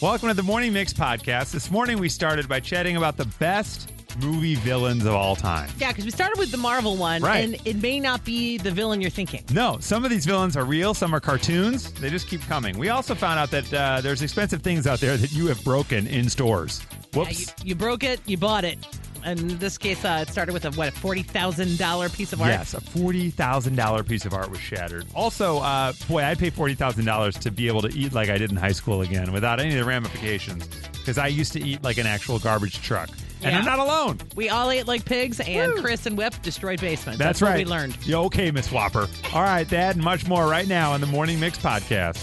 Welcome to the Morning Mix podcast. This morning we started by chatting about the best movie villains of all time. Yeah, because we started with the Marvel one, Right. and it may not be the villain you're thinking. No, some of these villains are real, some are cartoons. They just keep coming. We also found out that uh, there's expensive things out there that you have broken in stores. Yeah, you, Whoops. you broke it, you bought it. And in this case, uh, it started with a what a forty thousand dollar piece of art. Yes, a forty thousand dollar piece of art was shattered. Also, uh, boy, I'd pay forty thousand dollars to be able to eat like I did in high school again, without any of the ramifications, because I used to eat like an actual garbage truck, and Yeah. I'm not alone. We all ate like pigs, and Chris and Whip destroyed basements. That's, what we right. learned. Yeah, okay, Miss Whopper. All right, that and much more right now on the Morning Mix podcast.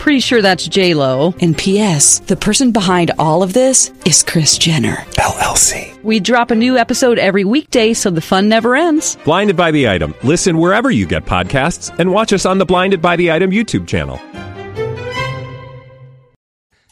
Pretty sure that's J Lo. And P.S. The person behind all of this is Chris Jenner. LLC. We drop a new episode every weekday, so the fun never ends. Blinded by the item. Listen wherever you get podcasts, and watch us on the Blinded by the Item YouTube channel.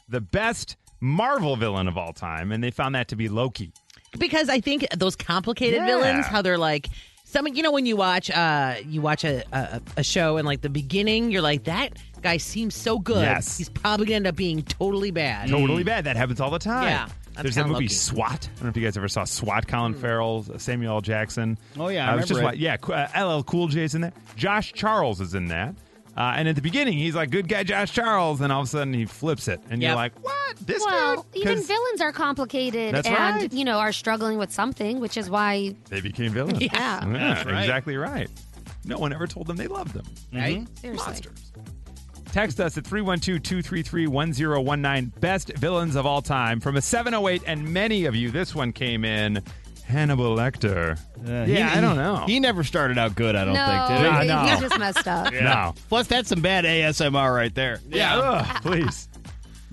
The best Marvel villain of all time, and they found that to be Loki. Because I think those complicated Yeah. villains, how they're like. Some, you know, when you watch, uh, you watch a, a a show, and like the beginning, you're like, that guy seems so good. Yes. he's probably gonna end up being totally bad. Totally bad. That happens all the time. Mm. Yeah, that's There's that kinda movie Loki. Mm. SWAT. I don't know if you guys ever saw SWAT. Colin Farrell, Samuel L. Jackson. Oh, yeah, I was just remember wa- yeah. Qu- Uh, LL Cool J's in there. Josh Charles is in that. Uh, and at the beginning, he's like good guy Josh Charles, and all of a sudden he flips it, and you're Yep. like, what? This Well, dude? even 'Cause villains are complicated That's and, right. you know, are struggling with something, which is why they became villains. Yeah. That's right. exactly right. No one ever told them they loved them. Mm. Right? Mm-hmm. seriously. Text us at 312 233 1019. Best villains of all time from a 708. And many of you, this one came in Hannibal Lecter. yeah, Uh, He- I don't know. He never started out good, I don't no, think, did Nah, he? he- no. he just messed up. No. Plus, that's some bad ASMR right there. Yeah. Ugh, please.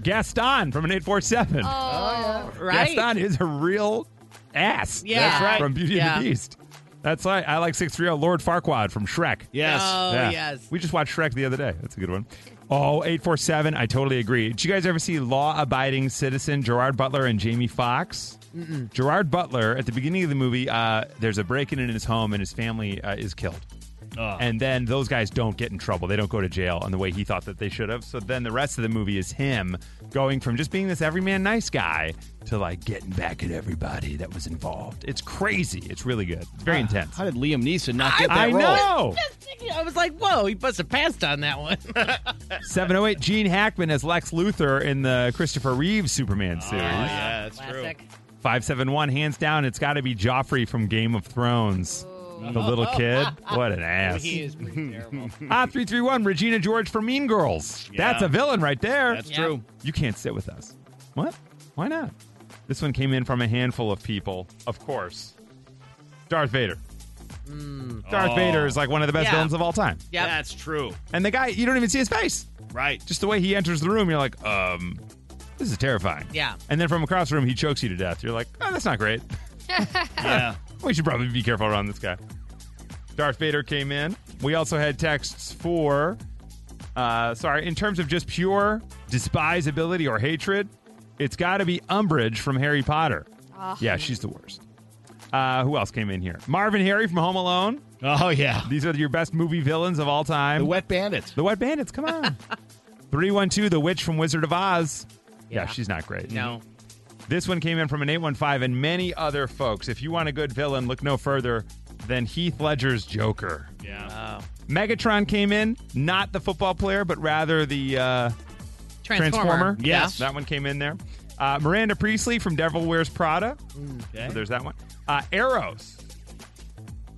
Gaston from an 847. Oh, right? Gaston is a real ass. Yeah. That's right. From Beauty Yeah. and the Beast. That's right. I like 630 Lord Farquaad from Shrek. Yes. Oh yes. We just watched Shrek the other day. That's a good one. Oh, 847. I totally agree. Did you guys ever see Law Abiding Citizen, Gerard Butler and Jamie Foxx? Gerard Butler, at the beginning of the movie, uh, there's a break in in his home and his family uh, is killed. Ah. And then those guys don't get in trouble. They don't go to jail in the way he thought that they should have. So then the rest of the movie is him going from just being this everyman nice guy to like getting back at everybody that was involved. It's crazy. It's really good. It's very intense. Ah. How did Liam Neeson not get that I role? know. I was like, whoa, he must have passed on that one. 708 Gene Hackman as Lex Luthor in the Christopher Reeve Superman series. Oh, yeah, that's Classic. true. 571 hands down it's got to be Joffrey from Game of Thrones. The little kid. What an ass. He is pretty terrible. Ah 331 Regina George from Mean Girls. Yeah. That's a villain right there. That's Yeah. true. You can't sit with us. What? Why not? This one came in from a handful of people. Of course. Darth Vader. Darth Oh. Vader is like one of the best Yeah. villains of all time. Yep. That's true. And the guy, you don't even see his face. Right. just the way he enters the room, you're like, um, this is terrifying. Yeah. And then from across the room, he chokes you to death. You're like, oh, that's not great. Yeah. We should probably be careful around this guy. Darth Vader came in. We also had texts for, uh, sorry, in terms of just pure despisability or hatred, it's got to be Umbridge from Harry Potter. Yeah, she's the worst. Uh, who else came in here? Marvin Harry from Home Alone. Oh, yeah. These are your best movie villains of all time. The Wet Bandits. The Wet Bandits, come on. 312, The Witch from Wizard of Oz. Yeah, Yeah. she's not great. No. This one came in from an 815 and many other folks. If you want a good villain, look no further than Heath Ledger's Joker. Yeah. Oh. Megatron came in, not the football player, but rather the uh, Transformer. Yes. That one came in there. Uh, Miranda Priestley from Devil Wears Prada. Okay. So there's that one. Uh, Arrows.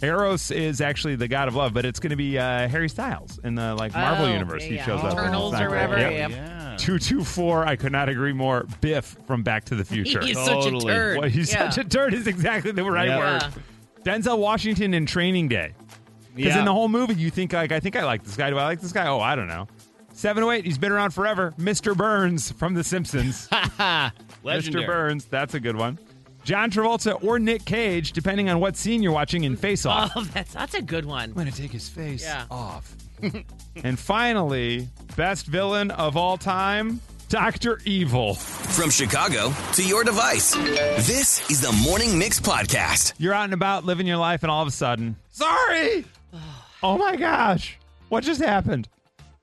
Eros is actually the god of love, but it's going to be uh, Harry Styles in the like Marvel Oh, universe. yeah, he yeah. shows up. Eternals It's not or great. whatever, Yep. yeah. Yeah. Two two four. I could not agree more. Biff from Back to the Future. He's such a Totally. turd. Well, he's Yeah. such a turd is exactly the right Yeah. word. Denzel Washington in Training Day. Because Yeah. in the whole movie, you think like, I think I like this guy. Do I like this guy? Oh, I don't know. Seven oh eight. He's been around forever. Mr. Burns from The Simpsons. Legendary. Mr. Burns. That's a good one. John Travolta or Nick Cage, depending on what scene you're watching in Face Off. Oh, that's that's a good one. I'm gonna take his face Yeah. off. and finally, best villain of all time, Doctor Evil. From Chicago to your device, this is the Morning Mix Podcast. You're out and about living your life, and all of a sudden, sorry. oh my gosh, what just happened?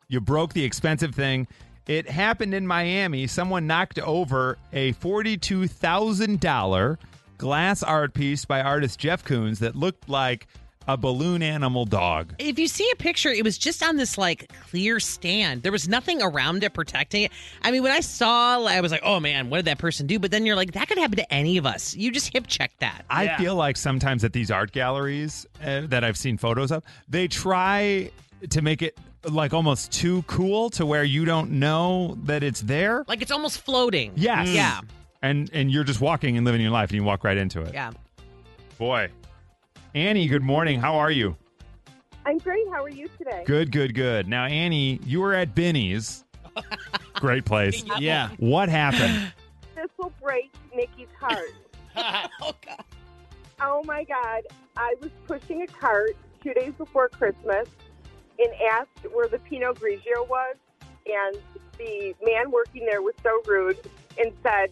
You broke the expensive thing. It happened in Miami. Someone knocked over a forty-two thousand dollar glass art piece by artist Jeff Koons that looked like a balloon animal dog. If you see a picture, it was just on this like clear stand. There was nothing around it protecting it. I mean, when I saw, I was like, "Oh man, what did that person do?" But then you're like, "That could happen to any of us." You just hip check that. I Yeah. feel like sometimes at these art galleries uh, that I've seen photos of, they try to make it like almost too cool to where you don't know that it's there. Like it's almost floating. Yes. Yeah. And and you're just walking and living your life and you walk right into it. Yeah. Boy. Annie, good morning. How are you? I'm great. How are you today? Good, good, good. Now, Annie, you were at Binny's. Great place. Yeah. What happened? This will break Nikki's heart. Oh god. oh my God. I was pushing a cart two days before Christmas and asked where the Pinot Grigio was. And the man working there was so rude and said,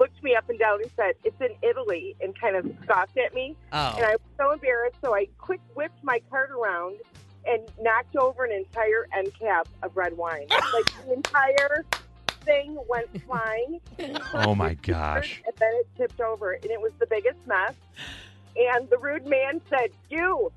looked me up and down and said, it's in Italy and kind of scoffed at me. Oh. And I was so embarrassed. So I quick whipped my cart around and knocked over an entire end cap of red wine. like the entire thing went flying. Oh my gosh. And then it tipped over, and it was the biggest mess. And the rude man said, "You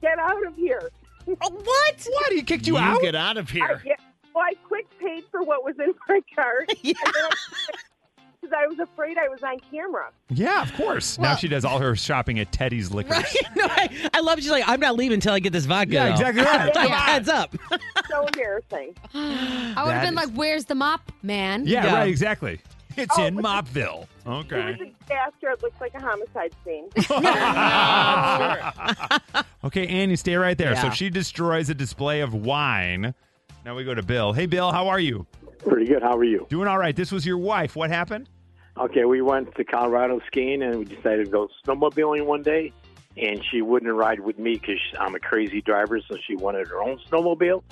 get out of here." Oh, what? What? He kicked you, you out? get out of here. I, yeah, well, I quick paid for what was in my cart Yeah. because I was afraid I was on camera. yeah, of course. now she does all her shopping at Teddy's Liquor. Right? No, I, I love. She's like, "I'm not leaving until I get this vodka." Yeah, though." exactly Like, right. Come on. Heads up. So embarrassing. I would That have been is- like, "Where's the mop, man?" Yeah, Yeah. right, exactly. It's Oh, in but- Mopville. It was a disaster. It looked like a homicide scene. Okay, Annie, stay right there. So Yeah. she destroys a display of wine. Now we go to Bill. Hey, Bill, how are you? Pretty good. How are you? Doing all right. This was your wife. What happened? Okay, we went to Colorado skiing and we decided to go snowmobiling one day. And she wouldn't ride with me because I'm a crazy driver, so she wanted her own snowmobile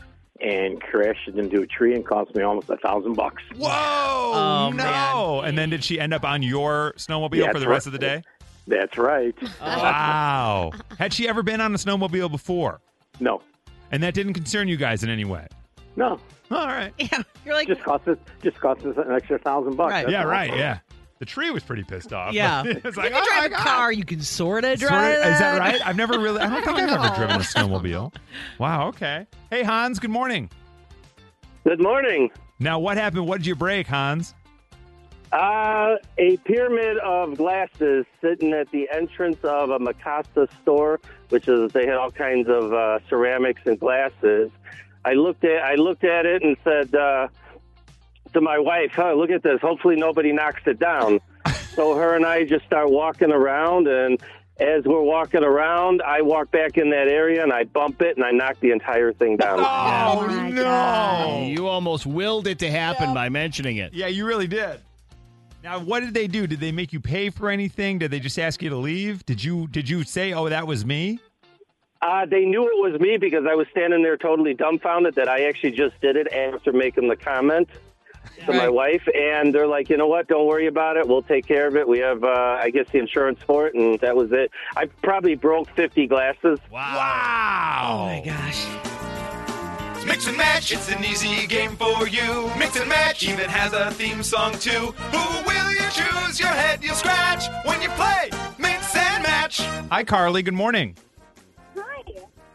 and crashed it into a tree and cost me almost a thousand bucks. Whoa! Oh, no! And then did she end up on your snowmobile Yeah, for the that's rest of the day? That's right. Wow. Had she ever been on a snowmobile before? No, And that didn't concern you guys in any way. no, All right. Yeah. You're like, just cost us just cost us an extra thousand bucks. Right. That's Yeah, all. right. Yeah. The tree was pretty pissed off. yeah. it's like, you can oh my drive a God. car. You can sort of drive. Sorta- is that it. Oh, right? I've never really. I don't think don't I've ever know. driven a snowmobile. Wow. Okay. Hey Hans. Good morning. Good morning. Now, what happened? What did you break, Hans? Uh, a pyramid of glasses sitting at the entrance of a Macasta store, which is they had all kinds of uh, ceramics and glasses. I looked at I looked at it and said uh, to my wife, "Huh, look at this. Hopefully nobody knocks it down." so her and I just start walking around, and as we're walking around, I walk back in that area and I bump it and I knock the entire thing down. Oh, my no! God. You almost willed it to happen by mentioning it. Yeah, you really did. Now, what did they do? Did they make you pay for anything? Did they just ask you to leave? Did you did you say, "Oh, that was me"? Uh, they knew it was me because I was standing there totally dumbfounded that I actually just did it after making the comment to my Right. wife. And they're like, you know what? Don't worry about it. We'll take care of it. We have, uh, I guess, the insurance for it. And that was it. I probably broke 50 glasses. Wow! Oh my gosh. Mix and match, it's an easy game for you. Mix and match even has a theme song too. Who will you choose? Your head you'll scratch when you play. Mix and match. Hi, Carly. Good morning. Hi.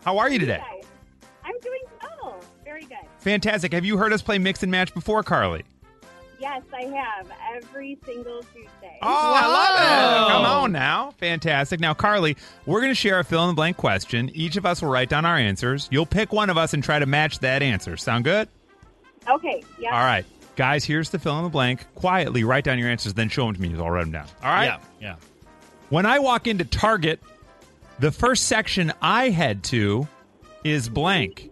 How are you today? Hi. I'm doing well. Very good. Fantastic. Have you heard us play mix and match before, Carly? Yes, I have every single Tuesday. Oh, I love it. Come on now. Fantastic. Now, Carly, we're going to share a fill in the blank question. Each of us will write down our answers. You'll pick one of us and try to match that answer. Sound good? Okay. Yeah. All right. Guys, here's the fill in the blank. Quietly write down your answers, then show them to me. I'll write them down. All right. Yeah. Yeah. When I walk into Target, the first section I head to is blank.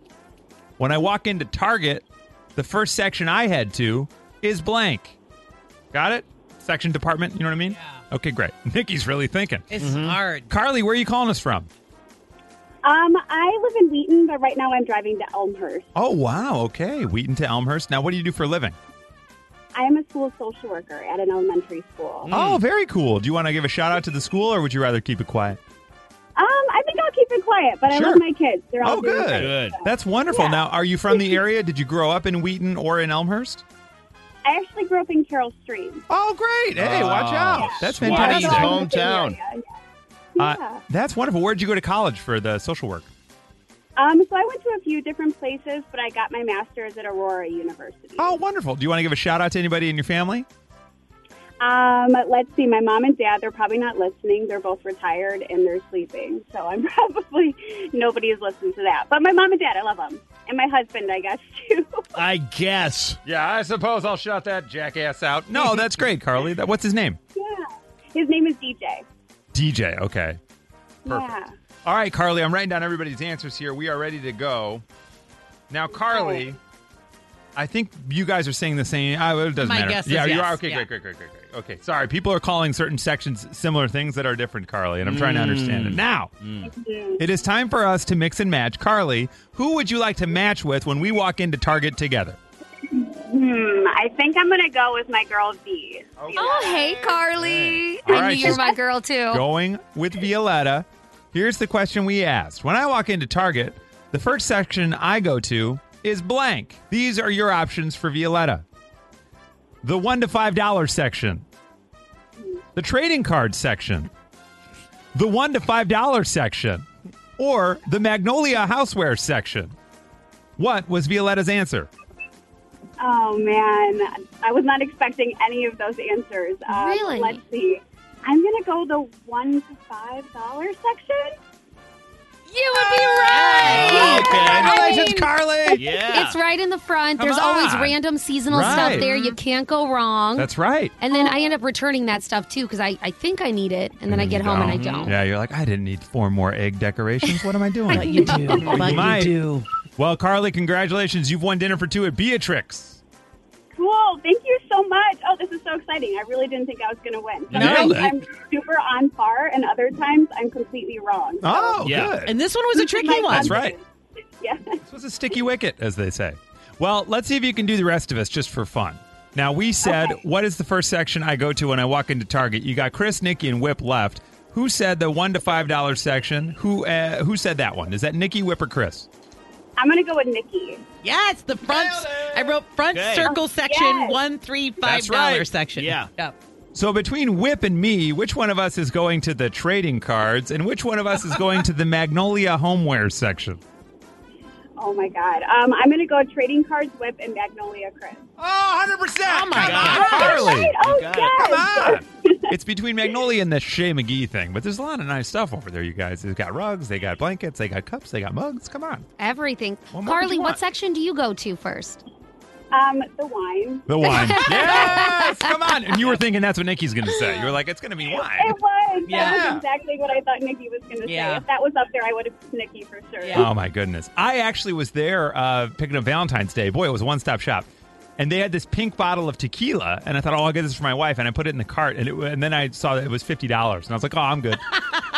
When I walk into Target, the first section I head to is blank. Got it? Section department, you know what I mean? Yeah. Okay, great. Nikki's really thinking. It's hard. Carly, where are you calling us from? Um, I live in Wheaton, but right now I'm driving to Elmhurst. Oh, wow. Okay. Wheaton to Elmhurst. Now, what do you do for a living? I am a school social worker at an elementary school. Oh, very cool. Do you want to give a shout out to the school or would you rather keep it quiet? Um, I think I'll keep it quiet, but I love my kids. They're all oh, doing good. great. That's wonderful. Now, are you from the area? Did you grow up in Wheaton or in Elmhurst? I actually grew up in Carroll Stream. Oh, great! Hey, watch out. That's Swati's fantastic. hometown. Uh, that's wonderful. Where'd you go to college for the social work? Um, so I went to a few different places, but I got my master's at Aurora University. Oh, wonderful. Do you want to give a shout out to anybody in your family? Um, let's see, my mom and dad—they're probably not listening. They're both retired and they're sleeping, so I'm probably nobody has listened to that. But my mom and dad, I love them, and my husband, I guess too. I guess. Yeah, I suppose I'll shout that jackass out. No, that's great, Carly. That, what's his name? Yeah, his name is DJ. DJ. Okay. Yeah. All right, Carly, I'm writing down everybody's answers here. We are ready to go. Now, Carly, I think you guys are saying the same. ah, well, it doesn't My matter. guess is yeah, you yes. are. Okay, Yeah. great, great, great, great, great. Okay, sorry. People are calling certain sections similar things that are different, Carly, and I'm trying to Mm. understand it. Now, it is time for us to mix and match. Carly, who would you like to match with when we walk into Target together? Hmm, I think I'm gonna go with my girl V. Oh, hey, Carly. All I right, knew you were she's my girl, too. Going with Violetta. Here's the question we asked. When I walk into Target, the first section I go to is blank. These are your options for Violetta. The 1 to $5 section. The trading card section. The 1 to $5 section. Or the Magnolia houseware section. What was Violetta's answer? Oh man, I was not expecting any of those answers. Um, Really? Let's see. I'm gonna go the one to five dollar section. You would be right. Okay. Congratulations, Carly. It's right in the front. Come There's always on. random seasonal Right. stuff there. You can't go wrong. That's right. And then Oh. I end up returning that stuff, too, because I, I think I need it. And then I get home and I don't. Mm-hmm. Oh. Yeah, you're like, I didn't need four more egg decorations. What am I doing? But you do. But you do. Well, Carly, congratulations. You've won dinner for two at Beatrix. Cool. Thank you so much. Oh, this is so exciting. I really didn't think I was gonna win. You nailed Sometimes it. I'm super on par, and other times I'm completely wrong. Oh, Yeah. good. And this one was a tricky one. That's right. Yeah. This was a sticky wicket, as they say. Well, let's see if you can do the rest of us just for fun. Now, we said, what is the first section I go to when I walk into Target? You got Chris, Nikki, and Whip left. Who said the one to five dollar section? Who uh, who said that one? Is that Nikki, Whip, or Chris? I'm gonna go with Nikki. Yeah, it's the front. I wrote front Okay. circle section Yes. one three five Oh, That's dollar right. section. Yeah. Yep. So between Whip and me, which one of us is going to the trading cards, and which one of us is going to the Magnolia homeware section? Oh my God. Um, I'm gonna go trading cards, whip, and Magnolia Chris. Oh, 100 percent. Oh my God. Carly. Oh You got it. yes. it's between Magnolia and the Shea McGee thing, but there's a lot of nice stuff over there, you guys. They've got rugs, they got blankets, they got cups, they got mugs. Come on. Everything. more would Carly, you what want? section do you go to first? Um, the wine. The wine. yes, come on. And you were thinking that's what Nikki's going to say. You were like, it's going to be wine. It was. That Yeah. was exactly what I thought Nikki was going to Yeah. say. If that was up there, I would have picked Nikki for sure. Oh my goodness! I actually was there uh, picking up Valentine's Day. Boy, it was a one-stop shop, and they had this pink bottle of tequila, and I thought, oh, I'll get this for my wife, and I put it in the cart, and, it, and then I saw that it was fifty dollars, and I was like, oh, I'm good.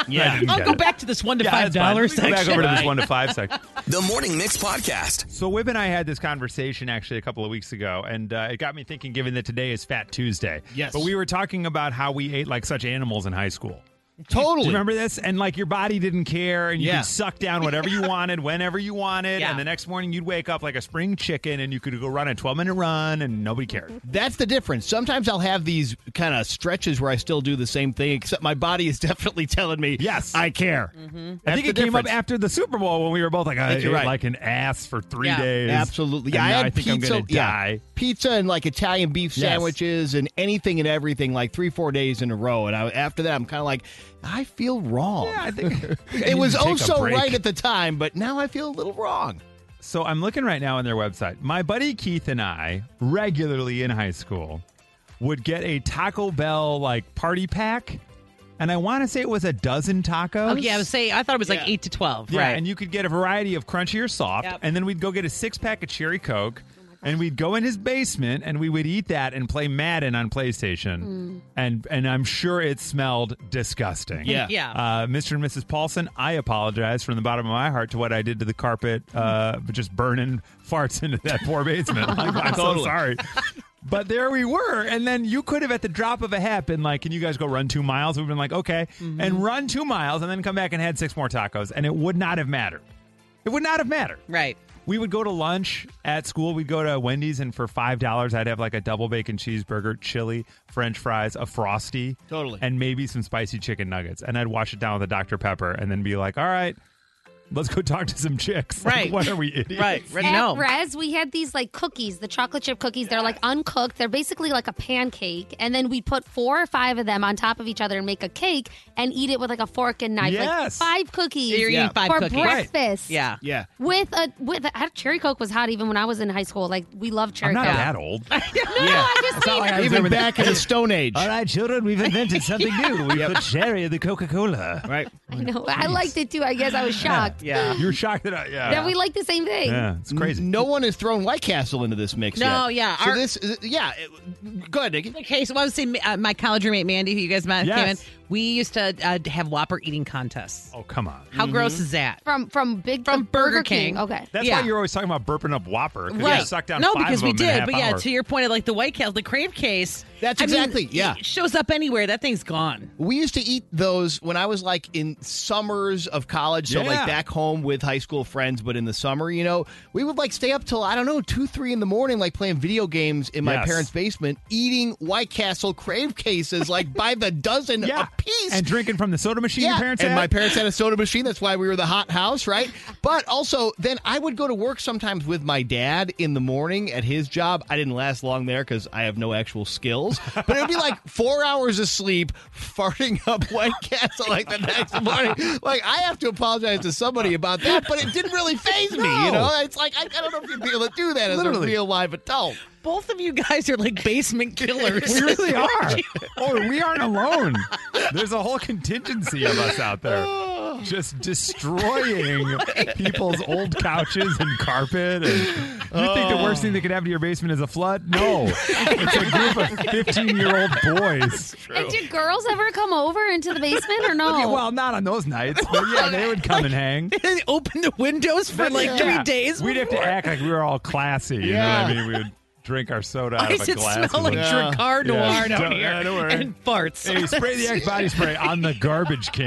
Yeah. I'll go back to this one to five dollar Back section. over to this Right. one to five section. The Morning Mix Podcast. So, Wib and I had this conversation actually a couple of weeks ago, and uh, it got me thinking. Given that today is Fat Tuesday, Yes. but we were talking about how we ate like such animals in high school. Totally. Do you remember this? And like your body didn't care, and you Yeah. could suck down whatever you wanted, whenever you wanted. Yeah. And the next morning you'd wake up like a spring chicken, and you could go run a 12 minute run, and nobody cared. That's the difference. Sometimes I'll have these kind of stretches where I still do the same thing, except my body is definitely telling me, yes, I care. Mm-hmm. I think it came up after the Super Bowl when we were both like, I, think you're ate right. like an ass for three Yeah. days. Absolutely. Yeah, And I now had I think pizza. I'm gonna yeah. die. Pizza and like Italian beef Yes. sandwiches and anything and everything, like three, four days in a row. And I, after that, I'm kind of like, I feel wrong. Yeah, I think need it was to oh take a so break. right at the time, but now I feel a little wrong. So I'm looking right now on their website. My buddy Keith and I, regularly in high school, would get a Taco Bell like party pack. And I want to say it was a dozen tacos. Oh, yeah, I was saying, I thought it was like 8 to 12. Yeah, right. and you could get a variety of crunchy or soft, Yep. Oh and then we'd go get a six pack of cherry coke, and we'd go in his basement and we would eat that and play Madden on PlayStation, Mm. and and I'm sure it smelled disgusting. Yeah. Yeah. Uh, Mr. and Mrs. Paulson, I apologize from the bottom of my heart to what I did to the carpet, uh, but just burning farts into that poor basement. Like, I'm so Totally. sorry. But there we were, and then you could have at the drop of a hat been like, "Can you guys go run two miles?" We've been like, "Okay," Mm-hmm. and run two miles, and then come back and had six more tacos, and it would not have mattered. It would not have mattered. Right. We would go to lunch at school. We'd go to Wendy's, and for five dollars, I'd have like a double bacon cheeseburger, chili, French fries, a frosty, Totally. and maybe some spicy chicken nuggets. And I'd wash it down with a Dr Pepper, and then be like, "All right, let's go talk to some chicks." Like, Right. what are we idiots? Uh, At Res, we had these like cookies, the chocolate chip cookies. They're like uncooked. They're basically like a pancake. And then we put four or five of them on top of each other and make a cake and eat it with like a fork and knife. Yes. Like five cookies. You're eating five for cookies. Right. breakfast. Yeah. Yeah. With a with a, I- cherry coke was hot even when I was in high school. Like we loved cherry I'm not coke. that old. No, I just It's not like I Oh, was Even there with back in the Stone Age. All right, children, we've invented something new. We put cherry in the Coca Cola. Right. I know. I liked it too. I guess I was shocked. You're shocked that I, yeah. That we liked the same thing. it's crazy. No one has thrown White Castle into this mix yet. No, yeah, So our- this, yeah, go ahead, Nikki. The case. Well, I was saying, uh, my college roommate Mandy, who you guys met, came in. Yes. We used to uh, have Whopper eating contests. Oh, come on. How gross is that? From from big from Burger King. Okay. That's Yeah. why you're always talking about burping up Whopper. 'cause You suck down no, five because of we them in a did. half But yeah, hour. to your point, of like the white case, the crave case. That's I mean, exactly- yeah. It shows up anywhere. That thing's gone. We used to eat those when I was like in summers of college, so Yeah. like back home with high school friends, but in the summer, you know, we would like stay up till I don't know two, three in the morning, like playing video games in my Yes. parents' basement, eating White Castle crave cases like by the dozen Yeah. a piece, And drinking from the soda machine your parents and had? my parents had a soda machine. That's why we were the hot house, right? But also, then I would go to work sometimes with my dad in the morning at his job. I didn't last long there because I have no actual skills. But it would be like four hours of sleep, farting up White Castle like the next morning. Like I have to apologize to somebody about that, but it didn't really phase me. No. You know, it's like I, I don't know if you'd be able to do that as Literally. a real live adult. Both of you guys are like basement killers. We really are. oh, we aren't alone. There's a whole contingency of us out there Oh. just destroying people's old couches and carpet. And you think the worst thing that could happen to your basement is a flood? No. It's a group of 15 year old boys. And did girls ever come over into the basement or no? Okay, well, not on those nights, but yeah, they would come and hang. They open the windows for like three days. We'd have to act like we were all classy. You Yeah. know what I mean? We would drink our soda Why out of a does it glass. smell and like then- Dracar Noir down don't- here? yeah, don't worry. And farts. Hey, spray the Axe body spray on the Oh garbage can.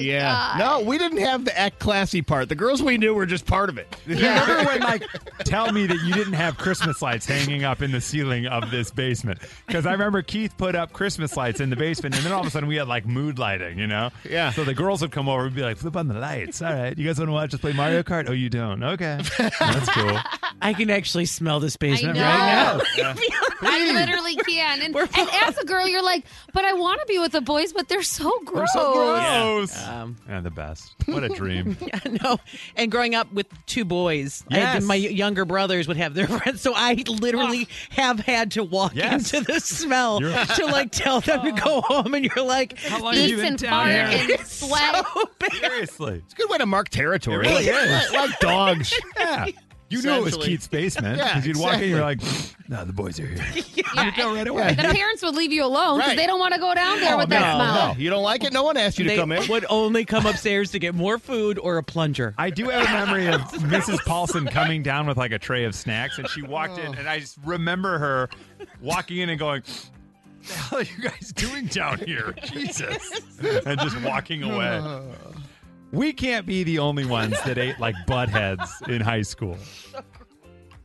yeah. No, we didn't have the act classy part. The girls we knew were just part of it. Remember when, like, tell me that you didn't have Christmas lights hanging up in the ceiling of this basement? Because I remember Keith put up Christmas lights in the basement, and then all of a sudden we had like mood lighting, you know? Yeah. So the girls would come over and be like, "Flip on the lights, all right? You guys want to watch us play Mario Kart? Oh, you don't? Okay, that's cool." I can actually smell this basement know. right now. Yeah. I literally can. And, and as a girl, you're like, but I want to be with the boys, but they're so gross. They're so gross. Yeah. Um, yeah, the best. What a dream. no. And growing up with two boys, I had- Yes. my younger brothers would have their friends. So I literally have had to walk Yes. into the smell You're- to like tell them to go home. And you're like, how long have you been down here? and sweat. Seriously. It's a good way to mark territory. It really is. Like, like dogs. Yeah. You knew it was Essentially. Keith's basement because Yeah, you'd walk in and you're like, exactly. no, the boys are here. Yeah. The parents would leave you alone because Right. they don't want to go down Oh, there with that smell. You don't like it? No one asked you They to come in. would only come upstairs to get more food or a plunger. I do have a memory of Mrs. Paulson coming down with like Oh. a tray of snacks, and she walked in, and I just remember her walking in and going, the hell are you guys doing down here? Jesus. And just walking away. Oh. We can't be the only ones that ate like butt heads in high school.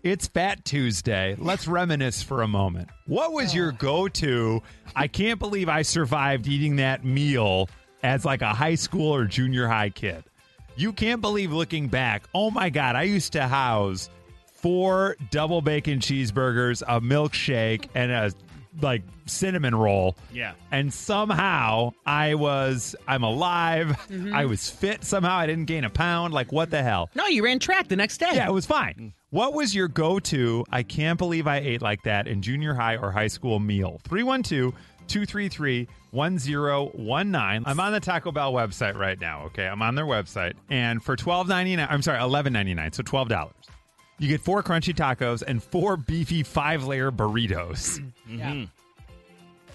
It's Fat Tuesday. Let's reminisce for a moment. What was your go to? I can't believe I survived eating that meal as like a high school or junior high kid. You can't believe looking back. Oh my God, I used to house four double bacon cheeseburgers, a milkshake, and a like cinnamon roll. Yeah. And somehow I was, I'm alive. Mhm. I was fit. Somehow I didn't gain a pound. Like, what the hell? No, you ran track the next day. Yeah, it was fine. What was your go to, I can't believe I ate like that in junior high or high school meal? 312 233 1019. I'm on the Taco Bell website right now, okay? I'm on their website. And for $12.99, I'm sorry, $11.99, so $12. You get four crunchy tacos and four beefy five layer burritos. Mm-hmm.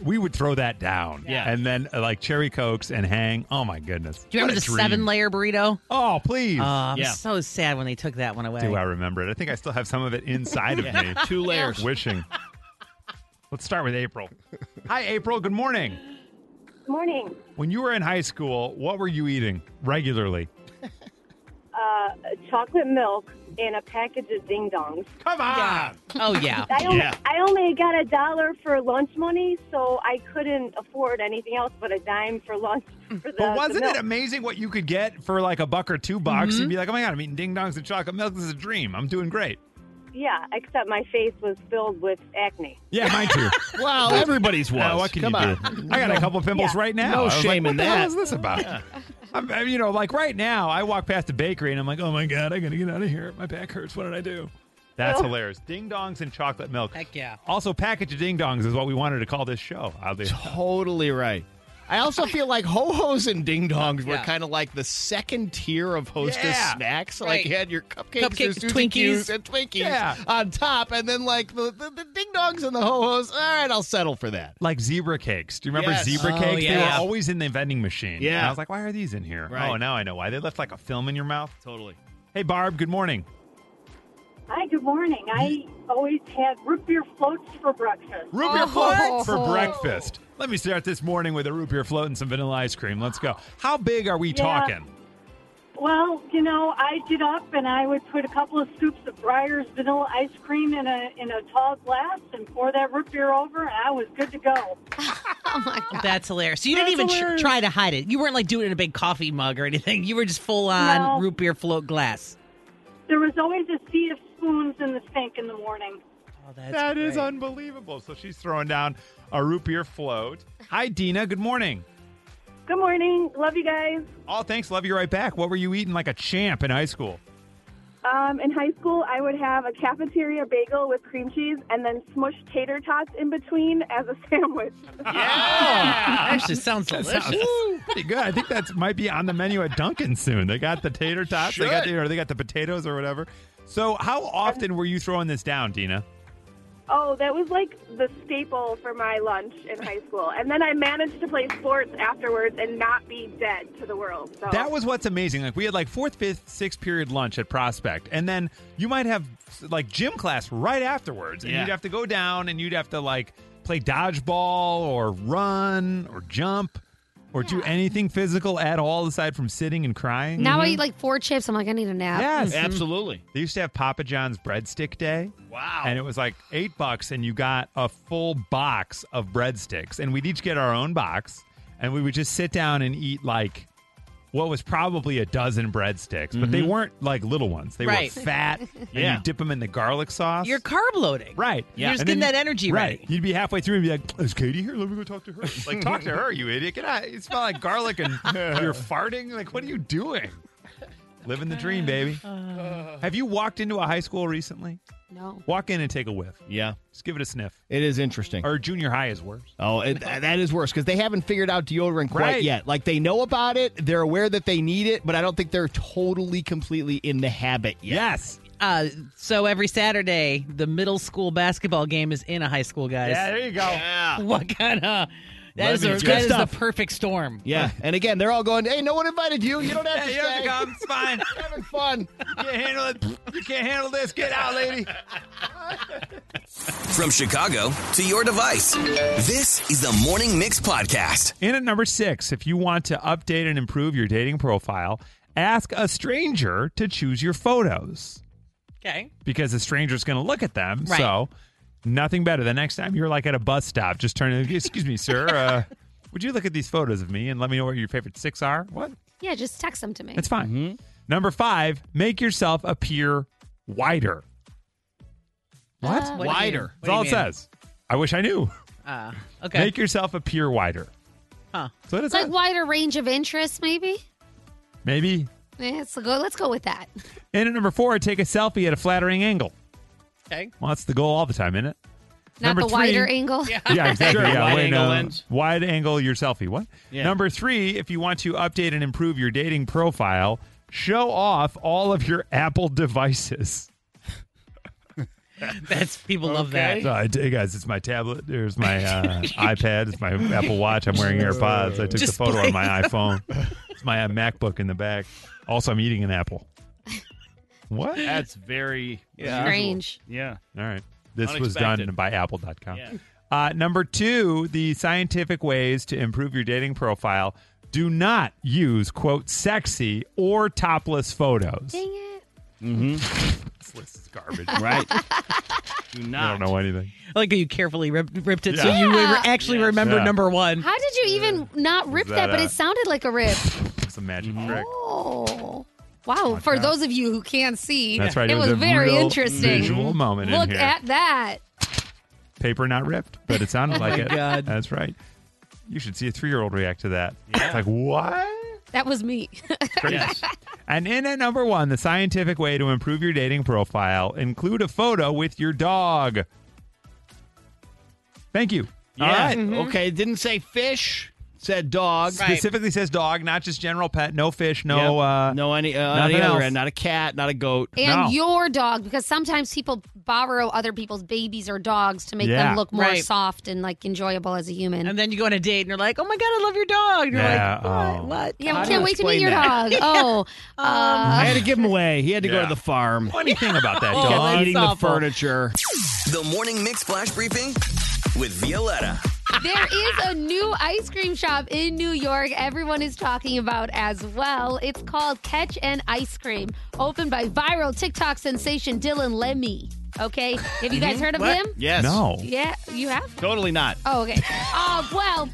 We would throw that down. Yeah. And then uh, like cherry cokes and hang. Oh my goodness. Do you remember the seven layer burrito? Oh, please. Oh, I'm Yeah. so sad when they took that one away. Do I remember it? I think I still have some of it inside of Yeah, me. two layers. Wishing. Let's start with April. Hi, April. Good morning. Morning. When you were in high school, what were you eating regularly? Uh, chocolate milk in a package of ding dongs. Come on. Oh, yeah. I only, I only got a dollar for lunch money, so I couldn't afford anything else but a dime for lunch. For the, But the wasn't Uh, milk. it amazing what you could get for like a buck or two bucks? You'd be like, oh my God, I'm eating ding dongs and chocolate milk. This is a dream. I'm doing great. Yeah, except my face was filled with acne. Yeah, mine too. Wow, everybody's was. what can Come you on. do? I got a couple pimples Yeah. right now. No I was shame like, what in the hell that. is this about? Yeah. I'm, I'm- you know, like right now, I walk past a bakery and I'm like, oh my god, I gotta get out of here. My back hurts. What did I do? That's Oh. hilarious. Ding dongs and chocolate milk. Heck yeah. Also, package of ding dongs is what we wanted to call this show. Oddly enough. Totally right. I also feel like ho hos and ding dongs were Yeah. kind of like the second tier of hostess Yeah. snacks. So, Like Right. you had your cupcakes, your Cupcakes, Suzy Twinkies. Q's, and Twinkies Yeah. on top, and then like the, the, the ding dongs and the ho hos. All right, I'll settle for that. Like zebra cakes. Do you remember Yes. zebra Oh, cakes? They were yeah. always in the vending machine. Yeah. And I was like, why are these in here? Right. Oh, now I know why. They left like a film in your mouth. Totally. Hey, Barb. Good morning. Hi, good morning. I Hmm. always had root beer floats for breakfast. Root beer float for breakfast. Let me start this morning with a root beer float and some vanilla ice cream. Let's go. How big are we Yeah. talking? Well, you know, I get up and I would put a couple of scoops of Breyer's vanilla ice cream in a in a tall glass and pour that root beer over, and I was good to go. That's hilarious. So you didn't even tr- try to hide it. You weren't like doing it in a big coffee mug or anything. You were just full on No. root beer float glass. There was always a sea of spoons in the sink in the morning. That's That is unbelievable. So she's throwing down a root beer float. Hi, Dina. Good morning. Good morning. Love you guys. Oh, thanks. Love you right back. What were you eating like a champ in high school? Um, in high school, I would have a cafeteria bagel with cream cheese and then smush tater tots in between as a sandwich. Actually, sounds That delicious. pretty good. I think that might be on the menu at Dunkin' soon. They got the tater tots. They got the, or they got the potatoes or whatever. So how often were you throwing this down, Dina? Oh, that was like the staple for my lunch in high school. And then I managed to play sports afterwards and not be dead to the world. So That was what's amazing. Like we had like fourth, fifth, sixth period lunch at Prospect, and then you might have like gym class right afterwards, and Yeah. you'd have to go down and you'd have to like play dodgeball or run or jump or do anything physical at all aside from sitting and crying. Now I eat like four chips. I'm like, I need a nap. Yes, They used to have Papa John's breadstick day. Wow. And it was like eight bucks, and you got a full box of breadsticks. And we'd each get our own box, and we would just sit down and eat like what was probably a dozen breadsticks, but they Mhm. weren't like little ones. They Right. were fat, and Yeah. you dip them in the garlic sauce. You're carb loading. Right. You're just And getting then- that energy right. ready. You'd be halfway through and be like, is Katie here? Let me go talk to her. Like, talk to her, you idiot. Get out. You smell like garlic and you're farting. Like, what are you doing? Living the dream, baby. Uh. Have you walked into a high school recently? No. Walk in and take a whiff. Yeah. Just give it a sniff. It is interesting. Or junior high is worse. Oh, it, that is worse because they haven't figured out deodorant quite Right. yet. Like they know about it, they're aware that they need it, but I don't think they're totally completely in the habit yet. Yes. Uh, so every Saturday, the middle school basketball game is in a high school, guys. Yeah, there you go. What kind of That is Lemon a- is that good is the stuff. perfect storm. Yeah, and again, they're all going, "Hey, no one invited you. You don't have to Yeah, you don't have stay. to come. It's fine. having fun. You can't handle it. You can't handle this. Get out, lady." From Chicago to your device, this is the Morning Mix Podcast. In at number six, if you want to update and improve your dating profile, ask a stranger to choose your photos Okay. because a stranger's going to look at them. Right. So, nothing better. The next time you're like at a bus stop, just turn and excuse me, sir. Uh, would you look at these photos of me and let me know what your favorite six are? What? Yeah, just text them to me. That's fine. Mm-hmm. Number five, make yourself appear wider. What What? do you Wider. mean? What That's do all it you mean? says. I wish I knew. Uh, okay. Make yourself appear wider. Huh. So that It's is like wider range of interests, maybe. maybe. Yeah, let's go. Let's go with that. And at number four, take a selfie at a flattering angle. Okay. Well, that's the goal all the time, isn't it? Not Number the three- wider angle. Yeah, Yeah, exactly. Sure, yeah, wide way angle no- lens. Wide angle your selfie. What? Yeah. Number three, if you want to update and improve your dating profile, show off all of your Apple devices. That's people love Okay. that. So I- Uh, hey guys, it's my tablet. There's my uh, iPad. It's my Apple Watch. I'm wearing AirPods. I took the photo on my Display. iPhone. It's my uh, MacBook in the back. Also, I'm eating an apple. What? That's very Yeah. unusual. Strange. Yeah. All right. This was done Unexpected. by Apple.com. Yeah. Uh, number two, the scientific ways to improve your dating profile. Do not use, quote, sexy or topless photos. Dang it. Mm-hmm. this list is garbage. Right. Do not. I don't know anything. I like how you carefully ripped, ripped it so Yeah. you re- Yeah. actually remember Yeah. number one. How did you even not rip that that? But a- it sounded like a rip. It's a magic Mm-hmm. trick. Oh. Wow, for Podcast. those of you who can't see, That's right. it, was, a very real interesting. Visual moment Look in here. at that. Paper not ripped, but it sounded Oh like my it. God. That's right. You should see a three-year-old react to that. It's like what? That was me. Crazy. And in at number one, the scientific way to improve your dating profile: include a photo with your dog. Thank you. Yeah. All right. Okay. It didn't say fish. it Said dog. Specifically says dog, not just general pet. No fish. No. Uh, no any. Uh, nothing any other else. end, not a cat. Not a goat. And your dog, because sometimes people borrow other people's babies or dogs to make Yeah. them look more Right. soft and like enjoyable as a human. And then you go on a date and you're like, oh my God, I love your dog. And you're Yeah, like, oh. what? what? Yeah, How we do can't you wait to explain meet your that? Um, dog. Oh, I had uh, to give him away. He had to go Yeah. to the farm. Funny thing about that He kept dog. eating the That's awful. furniture. The Morning Mix Flash Briefing with Violetta. there is a new ice cream shop in New York everyone is talking about as well. It's called Catch and Ice Cream, opened by viral TikTok sensation Dylan Lemmy. Okay, have you guys heard of What? him? Yes. Yeah, you have? Totally not. Oh, okay. Oh, well,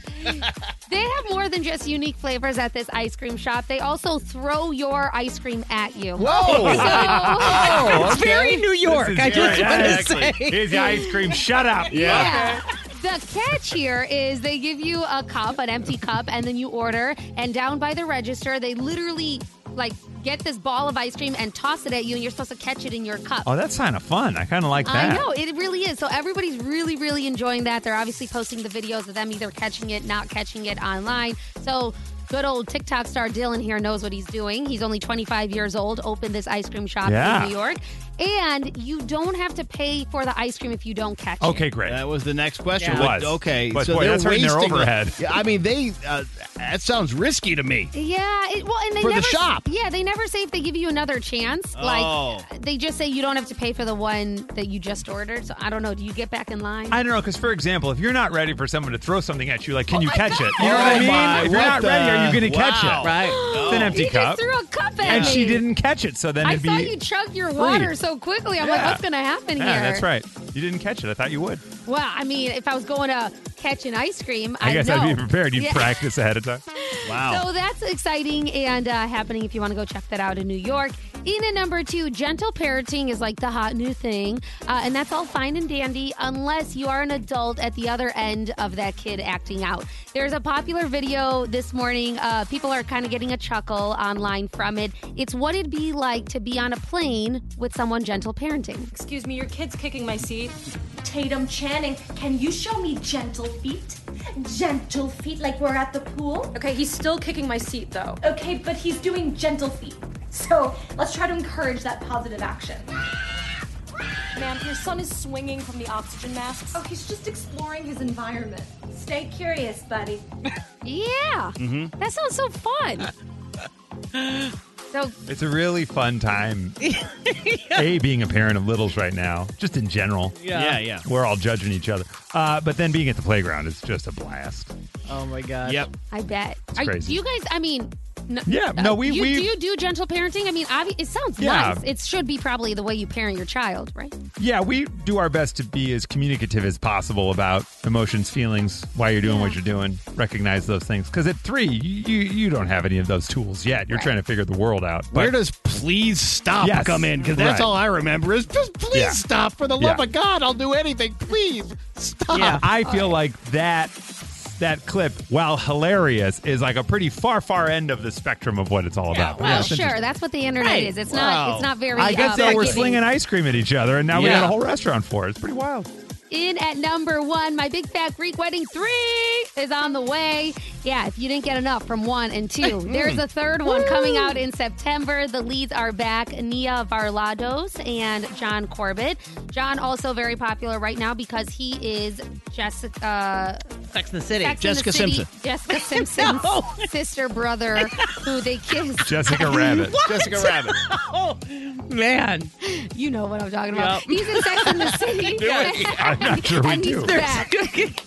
they have more than just unique flavors at this ice cream shop. They also throw your ice cream at you. Whoa! So- It's very New York. I just want to say. Here's the ice cream. Shut up. Yeah. The catch here is they give you a cup, an empty cup, and then you order. And down by the register, they literally like get this ball of ice cream and toss it at you, and you're supposed to catch it in your cup. Oh, that's kind of fun. I kind of like that. I know it really is. So everybody's really, really enjoying that. They're obviously posting the videos of them either catching it, not catching it online. So good old TikTok star Dylan here knows what he's doing. He's only 25 years old. Opened this ice cream shop Yeah. in New York, and you don't have to pay for the ice cream if you don't catch it. great. That was the next question. Yeah. What- Was. Okay. But so boy, they're that's hurting their wasting the- overhead. Yeah, I mean, they. Uh, that sounds risky to me. Yeah, it, well, and they For the never, shop. Yeah, they never say if they give you another chance. Oh. Like they just say you don't have to pay for the one that you just ordered. So I don't know. Do you get back in line? I don't know, because for example, if you're not ready for someone to throw something at you, like, can you catch it? You know Oh what I mean? my, if you're what not ready, are you the- going to catch wow. it? Right. It's an No. empty you cup. just threw a cup at and me. she didn't catch it, so then I it'd saw be. you chug your free. water so quickly. I'm like, Yeah. what's going to happen yeah, here? that's right. You didn't catch it. I thought you would. Well, I mean, if I was going to catch an ice cream, I, I guess know. I'd be prepared. You'd Yeah. practice ahead of time. So that's exciting and uh, happening if you want to go check that out in New York. In at number two, gentle parenting is like the hot new thing. Uh, and that's all fine and dandy unless you are an adult at the other end of that kid acting out. There's a popular video this morning. Uh, people are kind of getting a chuckle online from it. It's what it'd be like to be on a plane with someone gentle parenting. Excuse me, your kid's kicking my seat. Tatum Channing, can you show me gentle feet? Gentle feet, like we're at the pool? Okay, he's still kicking my seat though. Okay, but he's doing gentle feet. So let's try to encourage that positive action. Ma'am, your son is swinging from the oxygen masks. Oh, he's just exploring his environment. Stay curious, buddy. Yeah. Mhm. That sounds so fun. so It's a really fun time. A, being a parent of littles right now, just in general. Yeah. Yeah, yeah. We're all judging each other. Uh, but then being at the playground is just a blast. Oh my god. Yep. I bet. It's Are, crazy. Do you guys? I mean, no, Yeah, no, we- you, we- do you do gentle parenting? I mean, obvi- it sounds Yeah. nice. It should be probably the way you parent your child, right? Yeah, we do our best to be as communicative as possible about emotions, feelings, why you're doing what you're doing, recognize those things. Because at three, you, you you don't have any of those tools yet. You're trying to figure the world out. But Where does please stop Yes. come in? Because that's Right. all I remember is just please Yeah. stop for the love Yeah. of God. I'll do anything. Please stop. I feel like that that clip, while hilarious, is like a pretty far far end of the spectrum of what it's all about. But Well, it's sure. That's what the internet is. It's not. Wow. It's not very. I guess uh, that we're forgiving. slinging ice cream at each other, and now we Yeah. got a whole restaurant for it. It's pretty wild. In at number one, my big fat Greek wedding three is on the way. Yeah, if you didn't get enough from one and two, Mm. there's a third one coming out in September. The leads are back Nia Varlados and John Corbett. John, also very popular right now because he is Jessica. uh, Sex and the City. Sex and the City- Jessica Simpson's sister brother who they kissed. Jessica Rabbit. What? Jessica Rabbit. oh, man. You know what I'm talking about. Yep. He's in Sex and the City. I'm not sure we And he's do. back.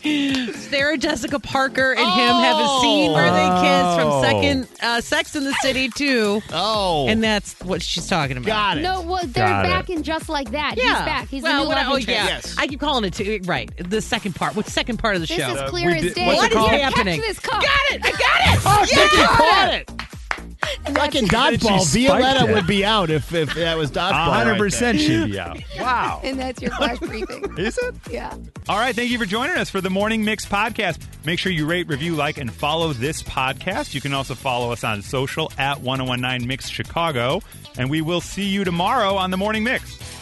Sarah Jessica Parker and him have a scene where they kiss Oh. from second uh, Sex in the City too. Oh, and that's what she's talking about. Got No, well, they're back in just like that. Yeah. He's back. He's well, the new what I- love oh, interest. yeah. I keep calling it too. Right. The second part. What second part of the This show? is Uh, clear we as did- day. what's What it is called? happening? Catch this cup. Got it. I got it. Oh, yeah! Vicky caught it. And that's- Fucking dodgeball. She spiked Violetta it. would be out if, if that was dodgeball. right there. 100% she'd be out. Wow. And that's your flash briefing. Is it? Yeah. All right, thank you for joining us for the Morning Mix podcast. Make sure you rate, review, like, and follow this podcast. You can also follow us oh on social at 1019 Mix Chicago, and we will see you tomorrow on the Morning Mix.